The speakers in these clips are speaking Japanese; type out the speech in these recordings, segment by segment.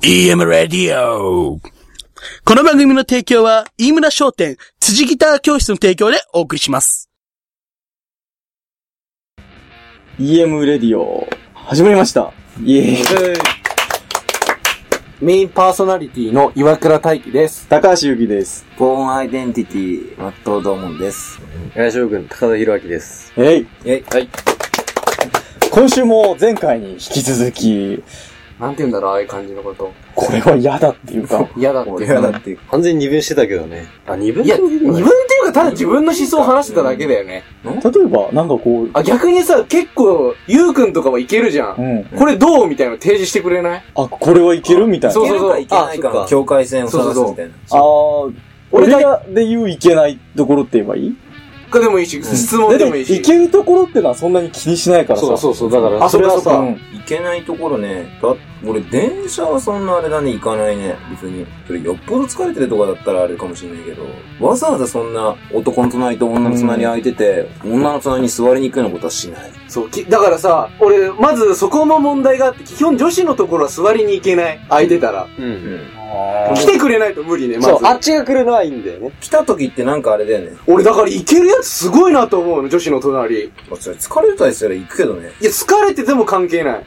EM ラディオこの番組の提供は、飯村商店、辻ギター教室の提供でお送りします。 EM レディオ、始まりました。イエーイ。メインパーソナリティの岩倉大輝です。高橋ゆきです。ボーンアイデンティティ、マットドーモンです。大将軍、高田博明です。えい。えい。はい。今週も前回に引き続き、なんて言うんだろう、ああいう感じのこと。これは嫌だっていうか、嫌だっていう嫌か。だっていう。完全に二分してたけどね。あ、二分いや、自分っていうか、ただ自分の思想を話してただけだよね。例えばなんかこう、あ、逆にさ、結構、ゆうくんとかはいけるじゃ。うんん。これどうみたいなの提示してくれないあ、これはいけるみたいなそう。そうそういけるかいけないかあそっのか境界線を探すみたいな。あー、俺がで言ういけないところって言えばいいかでもいいし、質問でもいいし。いけるところってのはそんなに気にしないからさ。そうそうそう。だから、あ、それはうさ、ん。いけないところね。だ俺、電車はそんなあれだね、行かないね。別に。それ、よっぽど疲れてるとかだったらあれかもしれないけど、わざわざそんな男の隣と女の隣空いてて、女の隣に座りに行くようなことはしない。そう、きだからさ、俺、まずそこも問題があって、基本女子のところは座りに行けない。空いてたら。うん。うん。来てくれないと無理ね、まそう、ず。あっちが来るのはいいんだよね。来た時ってなんかあれだよね。俺だから行けるやつすごいなと思うの、女子の隣。まあ、それ疲れたりしたら行くけどね。いや、疲れてても関係ない。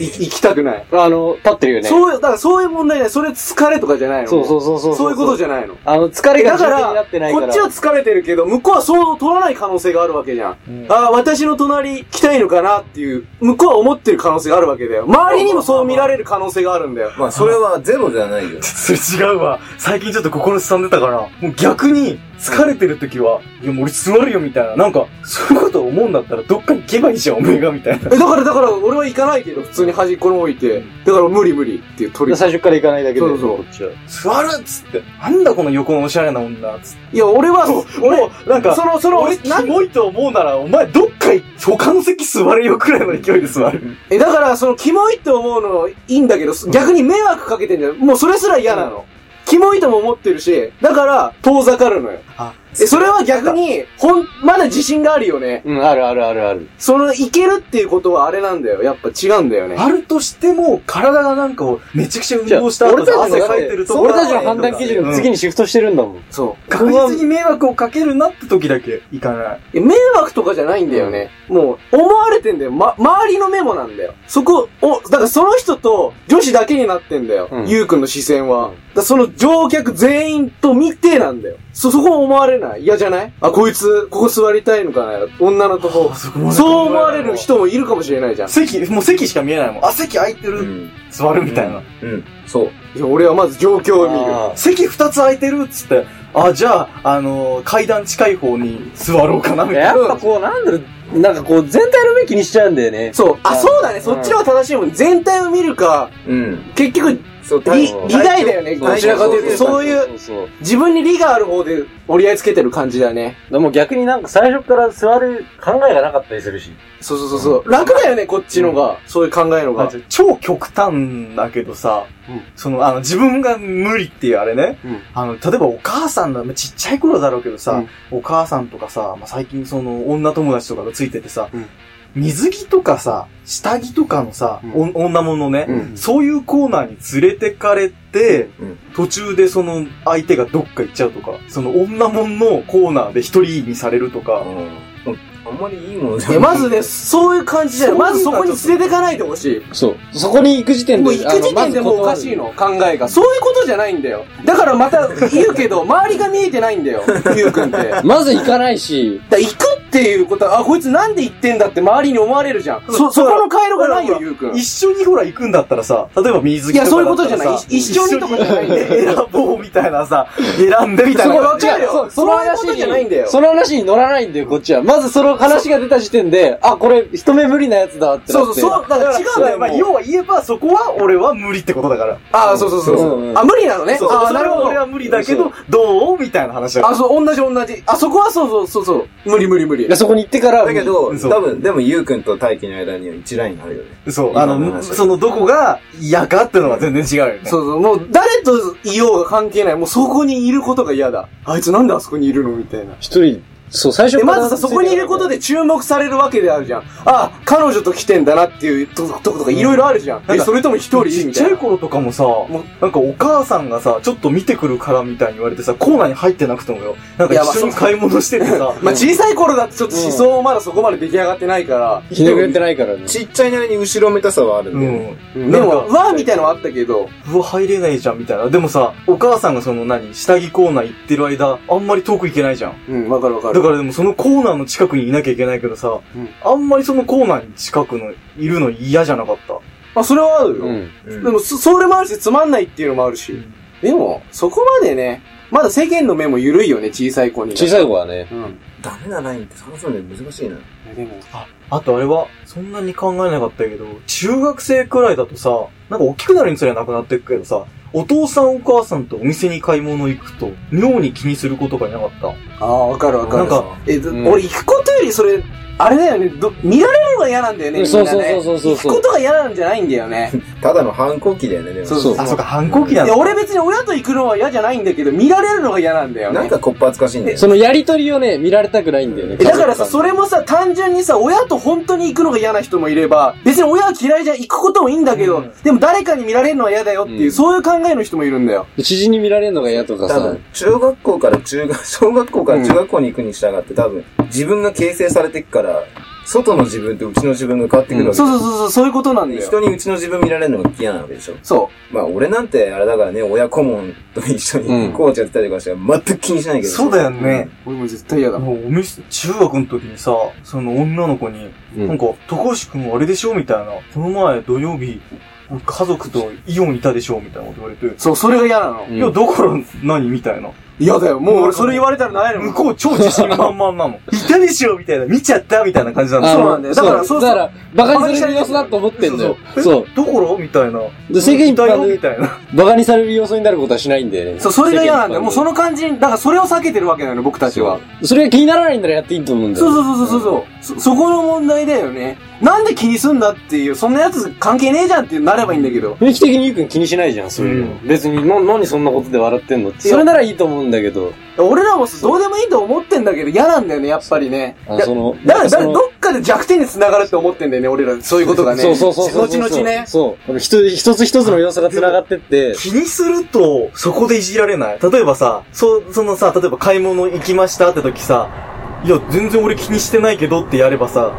い行きたくない。あの、立ってるよね。そういう、だからそういう問題じゃない。それ疲れとかじゃないの。そうそうそうそう。そういうことじゃないの。あの、疲れがだか充電になら、ってないから。こっちは疲れてるけど、向こうはそう取らない可能性があるわけじゃん。ああ、私の隣来たいのかなっていう、向こうは思ってる可能性があるわけだよ。周りにもそう見られる可能性があるんだよ。まあ、それはゼロじゃないよ。それ違うわ。最近ちょっと心すさんでたから、もう逆に、疲れてる時は、いや、もう俺座るよみたいな。なんか、そういうこと思うんだったら、どっか行けばいいじゃん、おめえが、みたいな。え、だから、だから、俺は行かないけど、普通に端っこの置いて、だから無理無理っていう取り。最初から行かないだけで。そうそうこっちは。座るっつって。なんだこの横のおしゃれな女、つって。いや、俺は、も俺、う、なんか、その、その、俺、俺、キなんモいと思うなら、お前、どっかい他の席座れよくらいの勢いで座る。え、だから、その、キモいって思うのいいんだけど、逆に迷惑かけてんじゃん。もうそれすら嫌なの。キモいとも思ってるし、だから、遠ざかるのよ。あえ、それは逆に、ほん、まだ自信があるよね。うん、あるあるあるある。その、いけるっていうことはあれなんだよ。やっぱ違うんだよね。あるとしても、体がなんかを、めちゃくちゃ運動した後じでゃあ俺汗たちのかいてるとこ俺たちの判断基準が次にシフトしてるんだもん。そ確実に迷惑をかけるなって時だけ行かない。う。え迷惑とかじゃないんだよね。もう、思われてんだよ。ま、周りの目もなんだよ。そこ、お、だからその人と女子だけになってんだよ。うんゆうくんの視線は。だからその乗客全員と見てなんだよ。そ、そこ思われない嫌じゃないあ、こいつ、ここ座りたいのかな女のとこ。そう思われる人もいるかもしれないじゃん。席、もう席しか見えないもん。あ、席空いてうる。ん。座るみたいな。うん。そう。いや、俺はまず状況を見る。席二つ空いてるっつって、あ、じゃあ、あのー、階段近い方に座ろうかな、みたいな。やっぱこう、なんだろう、なんかこう、全体の目気にしちゃうんだよね。そう。あ、そうだね。そっちの方が正しいもん。全体を見るか、うん。結局、そう、利、利害だよね。どちらかというと、そういう、そうそう。だか自分に利がある方で折り合いつけてる感じだね。らもう逆になんか最初から座る考えがなかったりするし。そうそうそうそう。楽だよね、こっちのが。そういう考えのあが。じゃあ超極端だけどさ、うんその、あの、自分が無理っていうあれね、うんあの、例えばお母さんだ、まあちっちゃい頃だろうけどさ、うんお母さんとかさ、まあ、最近その、女友達とかがついててさ、うん水着とかさ、下着とかのさ、うんお女物ね、うんそういうコーナーに連れてかれて、うん途中でその相手がどっか行っちゃうとか、その女物のコーナーで一人にされるとか、うんあんまりいいものじゃいない。や、まずね、そういう感じじゃない。そういうまのがずそこに連れてかないでほしそう。そこに行く時い。点で。もう行く時点でもうおかしい。の、考えが。そういうことじゃないんだよ。だからまた言うけど、周りが見えてないんだよ、ゆうくんって。だかまず行かないし、ら行くっていうことは、あ、こいつなんで行ってんだって周りに思われるじゃん。そ、そこの回路がないよ、ゆうくん。一緒にほら行くんだったらさ、例えば水着とかだったらさ。いやそういうことじゃないい一緒にとかじゃないんだ選ぼうみたいなさ、選んでみたいそな。こわかる違うそよ。うそそうのいうこ話とじゃないんだよに、。その話に乗らないんだよ、こっちは。まずその話が出た時点で、あ、これ、一目無理なやつだってなそっうて。そう、そう、だから違うんだよ。まあ、もう要は言えば、そこは俺は無理ってことだから。ああ、そうそうそうそううんうんあ、無理なのね。そうああ、そなれるはほ俺ど。は無理だけど、どうみたいな話だかあ、ら。そう、同じ同じ。あ、そこはそうそうそうそう。無理無理無理いや。そこに行ってから、だけど、そう多分、でも、ゆうくんと大輝の間には一ラインあるよね。そう、あ今のの、話そのどこが嫌かってのが全然違うよね。そうそう、もう誰といようが関係ない。もうそこにいることが嫌だ。あいつなんであそこにいるのみたいな。一人そう、最初で、まずさ、そこにいることで注目されるわけであるじゃん。あ、彼女と来てんだなっていうとこととかいろいろあるじゃん。なんえ、かそれとも一人ちっみちたゃいいな。頃とかもさ、もうなんかお母さんがさ、ちょっと見てくるからみたいに言われてさ、コーナーに入ってなくてもよ。なんかいやまあ一緒に買い物しててさ、まあ、小さい頃だとちょっと思想まだそこまで出来上がってないから。ひねくれてないからね。ちっちゃいなりに後ろめたさはあるうんだよね。ん。でなんかも、うわみたいなのはあったけど、うわ、入れないじゃんみたいな。でもさ、お母さんがその何、下着コーナー行ってる間、あんまり遠く行けないじゃん。うん、わかるわかだる。からでもそのコーナーの近くにいなきゃいけないけどさ、うんあんまりそのコーナーに近くの、いるの嫌じゃなかった。まあ、それはあるよ。うん。でも、そ、それもあるし、つまんないっていうのもあるし。うんでも、そこまでね、まだ世間の目も緩いよね、小さい子に。小さい子はね。うん。ダメなラインって探すので難しいな。いやでも、あとあれは、そんなに考えなかったけど、中学生くらいだとさ、なんか大きくなるにつれなくなってくけどさ、お父さんお母さんとお店に買い物行くと、妙に気にすることがいなかった。ああ、わかるわなかる。んか、え、ずうん俺行くことよりそれ、あれだよね、ど見られるのが嫌なんだよね、みんなそうね。そうそうそうそう行くことが嫌なんじゃないんだよね。ただの反抗期だよね、でも。そうあ、そうか、反抗期なんいだや、。俺別に親と行くのは嫌じゃないんだけど、見られるのが嫌なんだよね。なんかこっぱずかしいんだよ。そのやりとりをね、見られたくないんだよね。えだからさ、それもさ、単純にさ、親と本当に行くのが嫌な人もいれば、別に親は嫌いじゃ行くこともいいんだけど、うんでも誰かに見られるのは嫌だよっていう、うんそういう考えの人もいるんだよ。知人に見られるのが嫌とか多さ分、、中学校から中 学、小学校から中学校に行くに従って、多分、自分が形成されてくから、外の自分とうちの自分が変わってくるわけ。そうそうそうそう、そういうことなんだよ。人にうちの自分見られるのが嫌なわけでしょ。そまあ、俺なんて、あれだからね、親顧問と一緒にコーチやってたりとかして、全く気にしないけど。そうだよね。う。俺も絶対嫌だ。もうお店、中学の時にさ、その女の子に、うんなんか、高橋くんあれでしょみたいな。この前土曜日、俺家族とイオンいたでしょみたいなこと言われて、そう、それが嫌なの。うんいや、だから何みたいな。嫌だよ。もう俺それ言われたらないの。向こう超自信満々 なの。いたでしょみたいな。見ちゃったみたいな感じなの。あそうのなんだよだからそうそうだから、バカにされる様子だと思ってんだよ。そうそう。どころみたいな。で世間一般よみで、たいな。バカにされる様子になることはしないんだよね。そう、それが嫌なんだよ。もうその、の感じ、だからそれを避けてるわけなのよ、僕たちは。それが気にならないんならやっていいと思うんだよ。そうそうそうそうそう、そ、そこの問題だよね。なんで気にすんだっていう、そんなやつ関係ねえじゃんってなればいいんだけど。雰囲気的にゆうくん気にしないじゃん、そういうの。別に、な、何そんなことで笑ってんのって。それならいいと思うんだけど。俺らもさどうでもいいと思ってんだけど嫌なんだよね、やっぱりね。あいやその、だから、だそからのどっかで弱点に繋がるって思ってんだよね、俺ら。そういうことがね。そうそうそうそう。後々ね。そう。この一つ一つ一つの要素が繋がってって、気にすると、そこでいじられない。例えばさ、そう、そのさ、例えば買い物行きましたって時さ、いや、全然俺気にしてないけどってやればさ、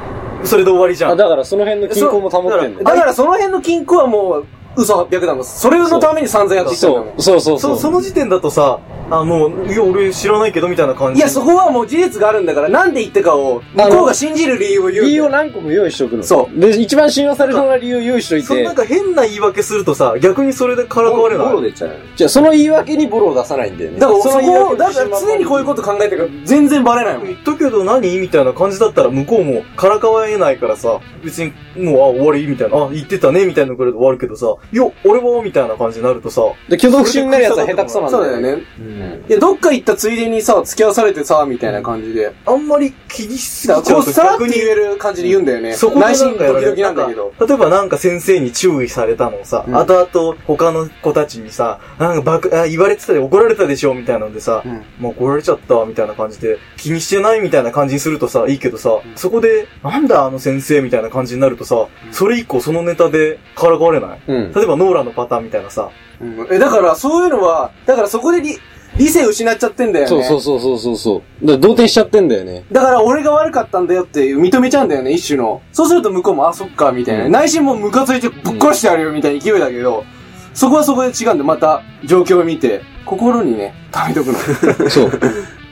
それで終わりじゃあ、ん。だだからその辺の均衡も保ってんだだよ。からその辺の均衡はもう、嘘800だもん。それのために散々やってきたんだもそんう。そうそそ、うそうう。その時点だとさ、あ、もう、いや、俺知らないけどみたいな感じ。いや、そこはもう事実があるんだから、なんで言ったかを、向こうが信じる理由を言うんだよ。理由を何個も用意しとくの。。そうで、一番信用されそうな理由を用意しといそのてなん、か変な言い訳するとさ、逆にそれでからかわれない。心出ちゃう。じゃあその言い訳にボロを出さないんだよね。だからその言いこ訳を、だから常にこういうこと考えてるから、全然バレないもん。言ったけど何みたいな感じだったら向こうもからかわえないからさ、別にもうあ終わりみたいな、あ言ってたねみたいなぐらいで終わるけどさ、いや、俺はみたいな感じになるとさ、で、挙動不審になるやつは下手くそなんだそよ。うだよ。ね。うん。いや、どっか行ったついでにさ、付き合わされてさ、みたいな感じで。あんまり気にしすだぎかちゃら、こうう、とさらっ逆てに言える感じで言うんだよね。そこで内なん心かドやらキれドキるなんだけど。んか例えばなんか先生に注意されたのをさ、うん後々他の子たちにさ、なんかばくあ言われてたで怒られたでしょみたいなのでさ、うんもう怒られちゃったみたいな感じで、気にしてないみたいな感じにするとさ、いいけどさ、そこで、なんだあの先生みたいな感じになるとさ、それ以降そのネタでからかわれないうん。例えばノーランのパターンみたいなさ、うんえ、だから、そういうのは、だからそこで理、理性失っちゃってんだよね。そうそうそうそうそうそう。だから動転しちゃってんだよね。だから、俺が悪かったんだよって認めちゃうんだよね、一種の。そうすると向こうも、あ、そっか、みたいな。内心もうムカついてぶっ殺してやるよ、みたいな勢いだけど、そこはそこで違うんで、また、状況を見て、心にね、溜めとくの。 そう。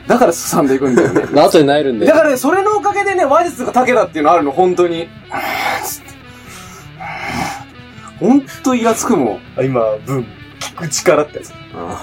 だから、すさんでいくんだよね。後で萎えるんだだよ。からね、それのおかげでね、話術が竹だっていうのあるの、本当に。本当イラつくもん。あ今、ブーム、聞く力ってやつ。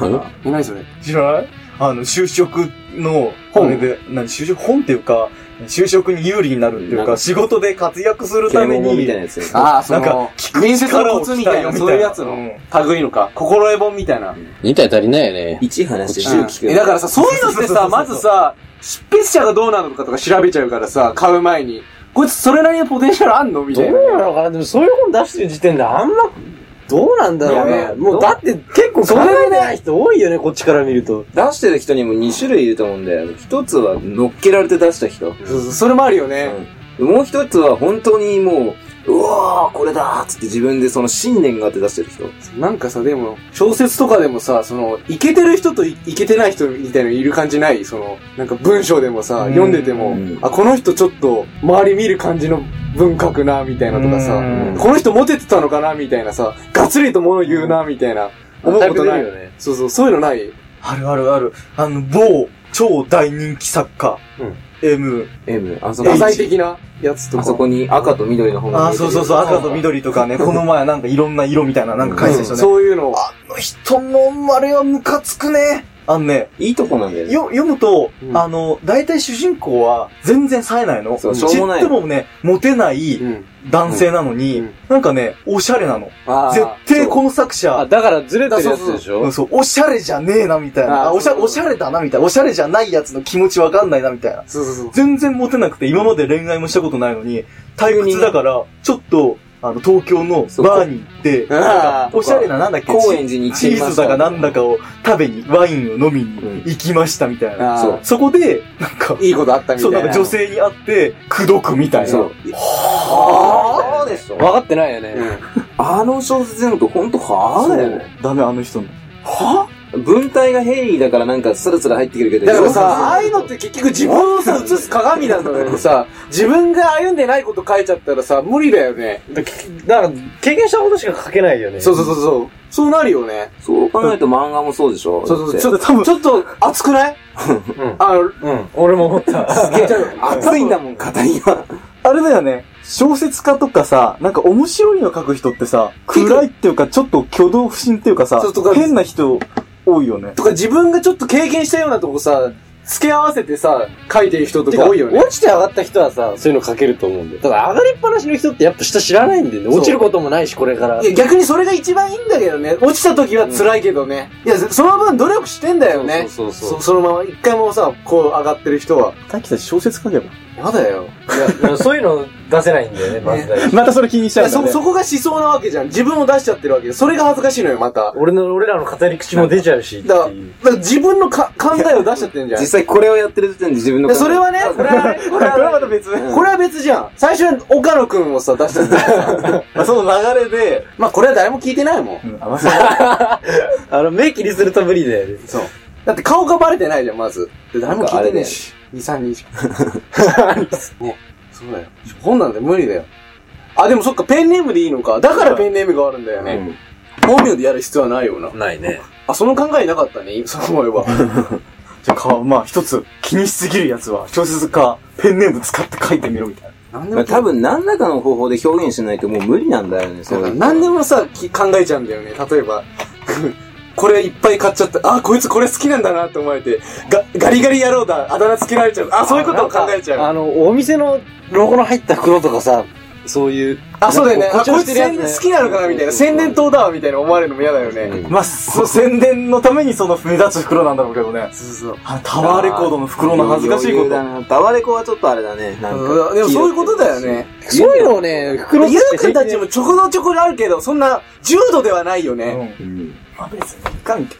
え、何それ知らないあの、就職の、本あれで、何、就職、本っていうか、就職に有利になるっていうなんか、か仕事で活躍するた啓め蒙みたいなに、やつ。ああ、そなんのか、面接のコツみた力を鍛えようみたいいな、なそういうやつうのん、類のか、心得本みたいな。 2体足りないよね。一話してうん10聞く。え、だからさ、そういうのってそうそうそうそさ、うまずさ、執筆者がどうなのかとか調べちゃうからさ、買う前に。こいつそれなりのポテンシャルあんのみたいな。のかなでもそういう本出してる時点であんまどうなんだろういやね。もうだって結構考えてない人多いよね、こっちから見ると。出してる人にも2種類いると思うんだよ。一つは乗っけられて出した人。そうそうそれもあるよね。もう一つは本当にもう、うわーこれだーっつって自分でその信念があって出してる人。なんかさ、でも、小説とかでもさ、その、イケてる人とイイケてない人みたいのいる感じないその、なんか文章でもさ、うん読んでても、うんあ、この人ちょっと、周り見る感じの文書くな、みたいなとかさ、うんこの人モテてたのかな、みたいなさ、ガツリと物言うな、みたいな、思うことない。よね。そうそう、そういうのないあるあるある。あの、某超大人気作家。M。 M、あそこ野菜的なやつとあか。そこに赤と緑の本があー、見えてるそうそうそう、赤と緑とかね、この前なんかいろんな色みたいななんか書いてた人ね。そういうの。あの人のあれはムカつくね。あのね、いいとこなんだよね。よ、読むと、うんあの、大体主人公は全然冴えないの。そう知しょうもないってもね、モテないうん。男性なのに、うんうんなんかね、おしゃれなの。あ絶あ。対この作あ、者、だからずれてるそやうつそうででししょ。うょんそう、おしゃれじゃねえな、みたいな。あーあおしゃそうおしゃれだな、みたいな。おしゃれじゃないやつの気持ちわかんないな、みたいな。そうそうそう。全然モテなくて、今まで恋愛もしたことないのに、退屈だから、ちょっと、あの、東京のバーに行って、あおしゃれな、なんだっけ、高円寺に行チーズだかなんだかを食べに、ワインを飲みに行きましたみたいな。あ。そうそこで、なんか、いいことあったみたそ、いうな。なんか女性に会って、口説くみたいな。そう。あはーでしょ分かってないよね。あの小説読むと本当はーだよね。ダメ、あの人の。文体がヘリーだからなんかスラスラ入ってくるけど。だからよくさ、ああいうのって結局自分をさ、映す鏡なんだけどさ、自分が歩んでないこと書いちゃったらさ、無理だよね。だから、経験したことしか書けないよね。そうそうそうそう。そうなるよね。そう考えると漫画もそうでしょそうそうだそっう。ちょっと、ちょっと熱くないんあの、うん。俺も思った。て熱いんだもん、語りが。あれだよね。小説家とかさ、なんか面白いの書く人ってさ、暗いっていうか、ちょっと挙動不審っていうかさそうとか、変な人多いよね。とか自分がちょっと経験したようなとこさ、付け合わせてさ、書いてる人とてかか多いよね。落ちて上がった人はさ、そういうの書けると思うんだよ。ただ上がりっぱなしの人ってやっぱ下知らないんだよね。そう落ちることもないし、これからい。や、逆にそれが一番いいんだけどね。落ちた時は辛いけどね。いや、その分努力してんだよね。そうそうそうそそのまま、一回もさ、こう上がってる人は。大輝さん小説書けば。やだよ。いやだからそういうの出せないんだよね、まず大事またそれ気にしちいゃうやんだそ、ね。そこが思想なわけじゃん。自分を出しちゃってるわけで。それが恥ずかしいのよ、また。俺の、俺らの語り口も出ちゃうし、ってだから、だいう。から自分のか考えを出しちゃってんじゃん。実際これをやってる時点で自分のでそ れはね、これはね、これはねまた別。これは別じゃん。最初に岡野くんをさ、出しちゃってさ まあその流れで、まあこれは誰も聞いてないもん。うん、あまあ そうあの、目切りすると無理だよね。そう。だって顔がバレてないじゃん、まず。で誰も聞いてねえし。2、3人 しか。ね。そうだよ。本なんて無理だよ。あ、でもそっか、ペンネームでいいのか。だからペンネームがあるんだよね。本名でやる必要はないよな。ないね。あ、その考えなかったね、そう思えば。 じゃあか、まあ一つ、気にしすぎるやつは、小説家、ペンネーム使って書いてみろみたいな。なんまでもあ多分何らかの方法で表現しないともう無理なんだよね、なそんうかいうの何でもさ、き考えちゃうんだよね。例えば、 これいっぱい買っちゃった。あ、こいつこれ好きなんだなって思われて、がガリガリ野郎だ。あだ名つけられちゃう。あ、そういうことを考えちゃう。あの、お店のロゴの入った袋とかさ、そういう。あ、そうだよね。なんあ、かこ誇張しいつてるやつ宣ね伝好きなのかなみたいな。そうそうそう宣伝塔だわ、みたいな思われるのも嫌だよね。まあ、そう、宣伝のためにその目立つ袋なんだろうけどね。そうそう。あタワーレコードの袋の恥ずかしいこ余裕だと。なタワレコはちょっとあれだね。なんうかんでもそういうことだよね。そういうのをね、ゆ袋うくんたちもちょこのちょころあるけど、そんな重度ではないようね。ん。うんまあ別にいいかみたい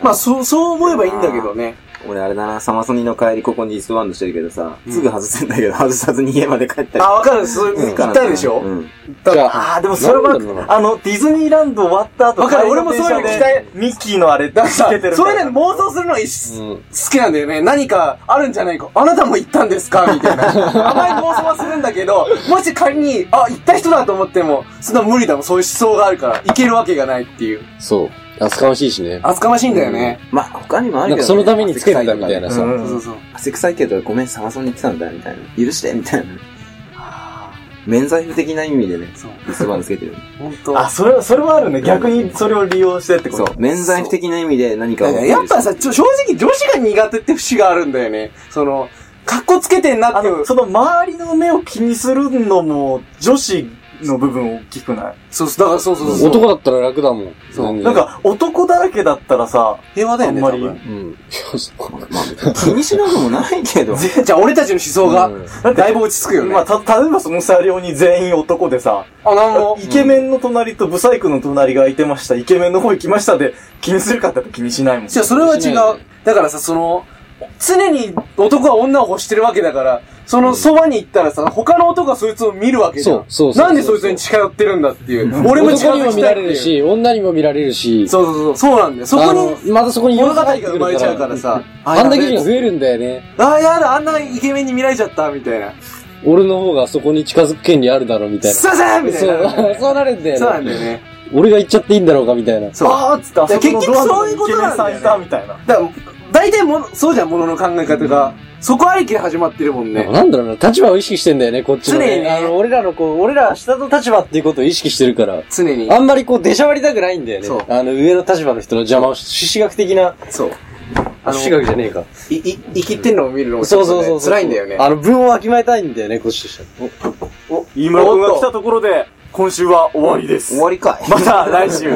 まあ、そう、そう思えばいいんだけどね。俺あれだな、サマソニの帰りここにリストバンドしてるけどさ、すぐ外せんだけど、外さずに家まで帰ったりあ、わかる。そう、す言るっからな。たでしょうん。じゃあ、な。ああ、でもそれなんだろうは、なあの、ディズニーランド終わった後、わかる俺もそういうの期帰り電待車でミッキーのあれ、だかつけてら、るそかうらいうの妄想するのいしうん好きなんだよね。何かあるんじゃないか。あなたも行ったんですかみたいな。甘い妄想はするんだけど、もし仮に、あ、行った人だと思っても、そんな無理だもん。そういう思想があるから、行けるわけがないっていう。そう。厚かましいしね。厚かましいんだよね。まあ他にもあなるんけどね、かそのためにつけてたみたいなさ。うそうんそうそう。汗臭いけど、ごめん、サマソンに言ってたんだ、みたいな。許して、みたいな。免罪符的な意味でね、そう。リストバンドつけてる。本当。あ、それは、それはあるね。逆にそれを利用してってこ そと。う、免罪符的な意味で何かだをか持らてるやっ ぱさ、ちょ正直女子が苦手って節があるんだよね。その、格好つけてんなっあていうの、。その周りの目を気にするのも、女子の部分大きくないそうそう、だからそうそうそう。男だったら楽だもん。そう全然なん、か、男だらけだったらさ、平和だよあね、ん多まり分。 うん。いやそうまあ、別に気にしなくもないけ ど。じゃあ俺たちの思想が、だいぶ落ち着くよね。まあ、た、例えばその車両に全員男でさ、あ、なんも。イケメンの隣とブサイクの隣が空いてました、イケメンの方行きましたで、気にするかって言ったら気にしないもん。じゃあそれは違う。だからさ、その、常に男は女を欲してるわけだから、そのそばに行ったらさ、他の男がそいつを見るわけじゃん。そうそうそうなんでそいつに近寄ってるんだっていう。俺も近男に寄もって見たらいってれいうる。し、女にも見られるし、そうそうそう。そうなんだよ。そこあにの、またそこに物色語がが入ってく生るかまれちゃうら、からさ。あんだけ人が増えるんだよね。あ、やだ、あんなイケメンに見られちゃった、みたいな。俺の方がそこに近づく権利あるだろ、みたいな。すいませんみたいな。そう、 そうなるんだそようなね。んだよね。俺が行っちゃっていいんだろうか、みたいな。そう。あーっつって、あそこのドアのイケメンさんいたみたいな。だから、大体もの、そうじゃん、ものの考え方が。そこありきで始まってるもんね。なんだろうな、立場を意識してんだよね、こっちの、常にねあの、俺らのこう、俺らは下の立場っていうことを意識してるから、常に。あんまりこう、出しゃばりたくないんだよね。そうあの、上の立場の人の邪魔をし、朱子学的な、そう。あの朱子学じゃねえか。い、い、生きてんのを見るのもちそょうっとそねうそうそう。辛いんだよね。あの、分をわきまえたいんだよね、こっちとしては。飯村君が来たところで、今週は終わりです。終わりかい。また来週。